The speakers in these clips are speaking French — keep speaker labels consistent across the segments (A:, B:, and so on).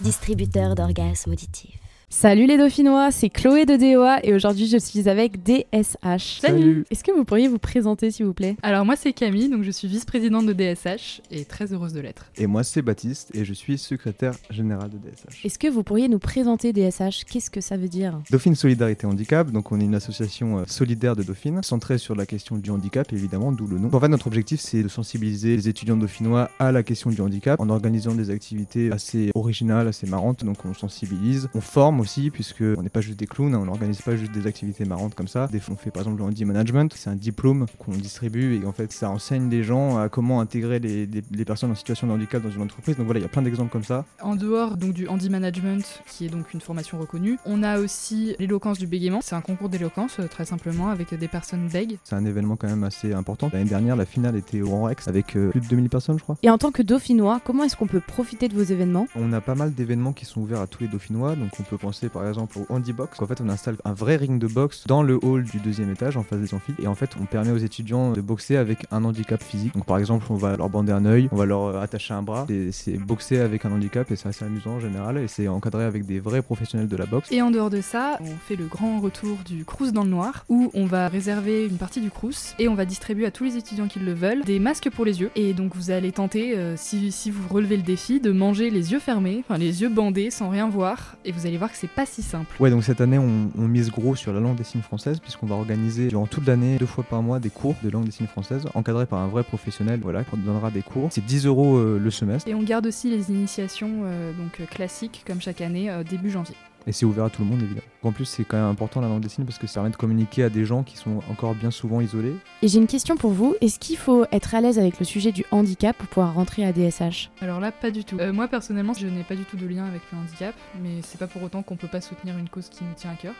A: distributeur d'orgasmes auditifs.
B: Salut les Dauphinois, c'est Chloé de DOA et aujourd'hui je suis avec DSH.
C: Salut.
B: Est-ce que vous pourriez vous présenter s'il vous plaît
C: Alors moi c'est Camille, donc je suis vice-présidente de DSH et très heureuse de l'être.
D: Et moi, c'est Baptiste et je suis secrétaire général de DSH.
B: Est-ce que vous pourriez nous présenter DSH Qu'est-ce que ça veut dire
D: Dauphine Solidarité Handicap, donc on est une association euh, solidaire de Dauphine, centrée sur la question du handicap, évidemment, d'où le nom. En fait, notre objectif, c'est de sensibiliser les étudiants dauphinois à la question du handicap en organisant des activités assez originales, assez marrantes. Donc on sensibilise, on forme aussi, puisque on n'est pas juste des clowns, hein, on n'organise pas juste des activités marrantes comme ça. Des fois, on fait par exemple le handi management, c'est un diplôme qu'on distribue et en fait, ça enseigne les gens à comment intégrer les, les- les personnes en situation de handicap dans une entreprise. Donc voilà, il y a plein d'exemples comme ça.
C: En dehors donc du handi management qui est donc une formation reconnue, on a aussi l'éloquence du bégaiement. C'est un concours d'éloquence euh, très simplement avec des personnes bègues.
D: C'est un événement quand même assez important. L'année dernière, la finale était au Grand Rex avec euh, plus de 2000 personnes, je crois.
B: Et en tant que Dauphinois, comment est-ce qu'on peut profiter de vos événements
D: On a pas mal d'événements qui sont ouverts à tous les Dauphinois, donc on peut penser par exemple au Handy Box. En fait, on installe un vrai ring de boxe dans le hall du deuxième étage en face des amphithéâtres et en fait, on permet aux étudiants de boxer avec un handicap physique. Donc par exemple, on va leur bander un œil, on va leur euh, attacher un bras. Et C'est boxer avec un handicap et c'est assez amusant en général et c'est encadré avec des vrais professionnels de la boxe.
C: Et en dehors de ça, on fait le grand retour du Crous dans le noir où on va réserver une partie du Crous et on va distribuer à tous les étudiants qui le veulent des masques pour les yeux. Et donc vous allez tenter, euh, si, si vous relevez le défi, de manger les yeux fermés, enfin les yeux bandés sans rien voir. Et vous allez voir que c'est pas si simple.
D: Ouais, donc cette année, on, on mise gros sur la langue des signes française, puisqu'on va organiser durant toute l'année, deux fois par mois, des cours de langue des signes française, encadrés par un vrai professionnel, voilà, qui nous donnera des cours. C'est 10 euros euh, le semestre,
C: Et on garde aussi les initiations euh, donc euh, classiques comme chaque année euh, début janvier.
D: et c'est ouvert à tout le monde, évidemment. En plus, c'est quand même important la langue des signes, parce que ça permet de communiquer à des gens qui sont encore bien souvent isolés.
B: Et j'ai une question pour vous, est-ce qu'il faut être à l'aise avec le sujet du handicap pour pouvoir rentrer à DSH
C: Alors là, pas du tout. Euh, moi personnellement, je n'ai pas du tout de lien avec le handicap, mais c'est pas pour autant qu'on peut pas soutenir une cause qui nous tient à cœur.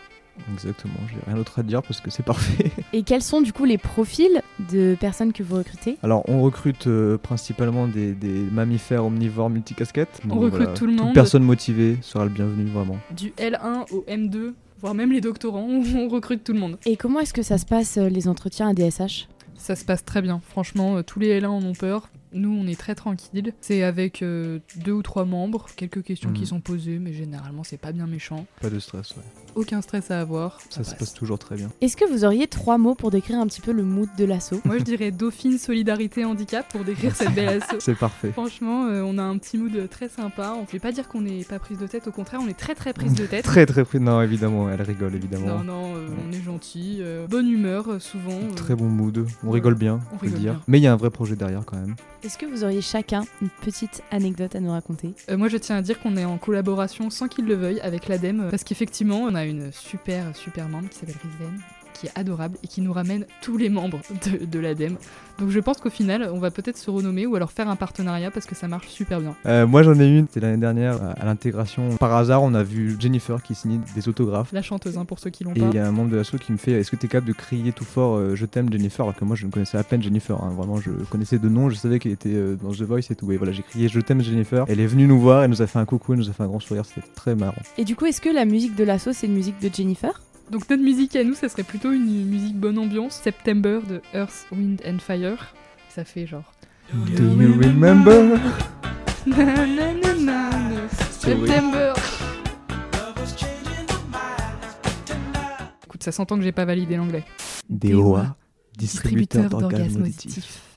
D: Exactement, j'ai rien d'autre à dire, parce que c'est parfait.
B: Et quels sont du coup les profils de personnes que vous recrutez
D: Alors, on recrute euh, principalement des, des mammifères omnivores multicasquettes.
C: On
D: Donc,
C: recrute
D: voilà,
C: tout le monde,
D: Toute personne motivée sera le bienvenu, vraiment.
C: du L1 au M2, voire même les doctorants, on recrute tout le monde.
B: Et comment est-ce que ça se passe euh, les entretiens à DSH
C: Ça se passe très bien. Franchement, euh, tous les L1 en ont peur. Nous, on est très tranquille. C'est avec euh, deux ou trois membres, quelques questions
D: Mhm.
C: qui sont posées, mais généralement, c'est pas bien méchant.
D: Pas de stress, ouais.
C: Aucun stress à avoir.
D: Ça se
C: passe.
D: passe toujours très bien.
B: Est-ce que vous auriez trois mots pour décrire un petit peu le mood de l'assaut
C: Moi, je dirais Dauphine Solidarité Handicap pour décrire cette belle asso.
D: C'est parfait.
C: Franchement, euh, on a un petit mood très sympa. On ne fait pas dire qu'on n'est pas prise de tête, au contraire, on est très très prise de tête.
D: Très très pris. Non, évidemment, elle rigole évidemment.
C: Non, non, euh, on est gentil, euh, bonne humeur euh, souvent. euh,
D: Très bon mood, on rigole bien,
C: On
D: on peut
C: rigole
D: dire.
C: bien.
D: Mais il y a un vrai projet derrière quand même.
B: Est-ce que vous auriez chacun une petite anecdote à nous raconter
C: euh, moi, je tiens à dire qu'on est en collaboration sans qu'il le veuille avec l'ADEME, euh, parce qu'effectivement, on a une super super membre qui s'appelle Rizven qui est adorable et qui nous ramène tous les membres de, de l'ADEME. Donc je pense qu'au final, on va peut-être se renommer ou alors faire un partenariat parce que ça marche super bien.
D: Euh, moi j'en ai une, c'était l'année dernière à- à l'intégration. Par hasard, on a vu Jennifer qui signait des autographes.
C: La chanteuse, hein, pour ceux qui l'ont
D: Et
C: pas.
D: il y a un membre de l'asso qui me fait Est-ce que t'es capable de crier tout fort euh, Je t'aime Jennifer Alors que moi je ne connaissais à peine Jennifer. hein. Vraiment, je connaissais de nom, je savais qu'elle était euh, dans The Voice et tout. Et voilà, j'ai crié Je t'aime Jennifer. Elle est venue nous voir, elle nous a fait un coucou, elle nous a fait un grand sourire, c'était très marrant.
B: Et du coup, est-ce que la musique de l'assaut, c'est une musique de Jennifer
D: euh,
C: Donc notre musique à nous, ça serait plutôt une musique bonne ambiance. September de Earth, Wind and Fire. Ça fait genre.
D: Do you remember
C: Na, na, na, na, na, September. Écoute, ça s'entend que j'ai pas validé l'anglais.
D: DOA,
C: Distributeur
D: distributeur
C: d'orgasmes
D: d'orgasmes
C: auditifs.
D: auditifs.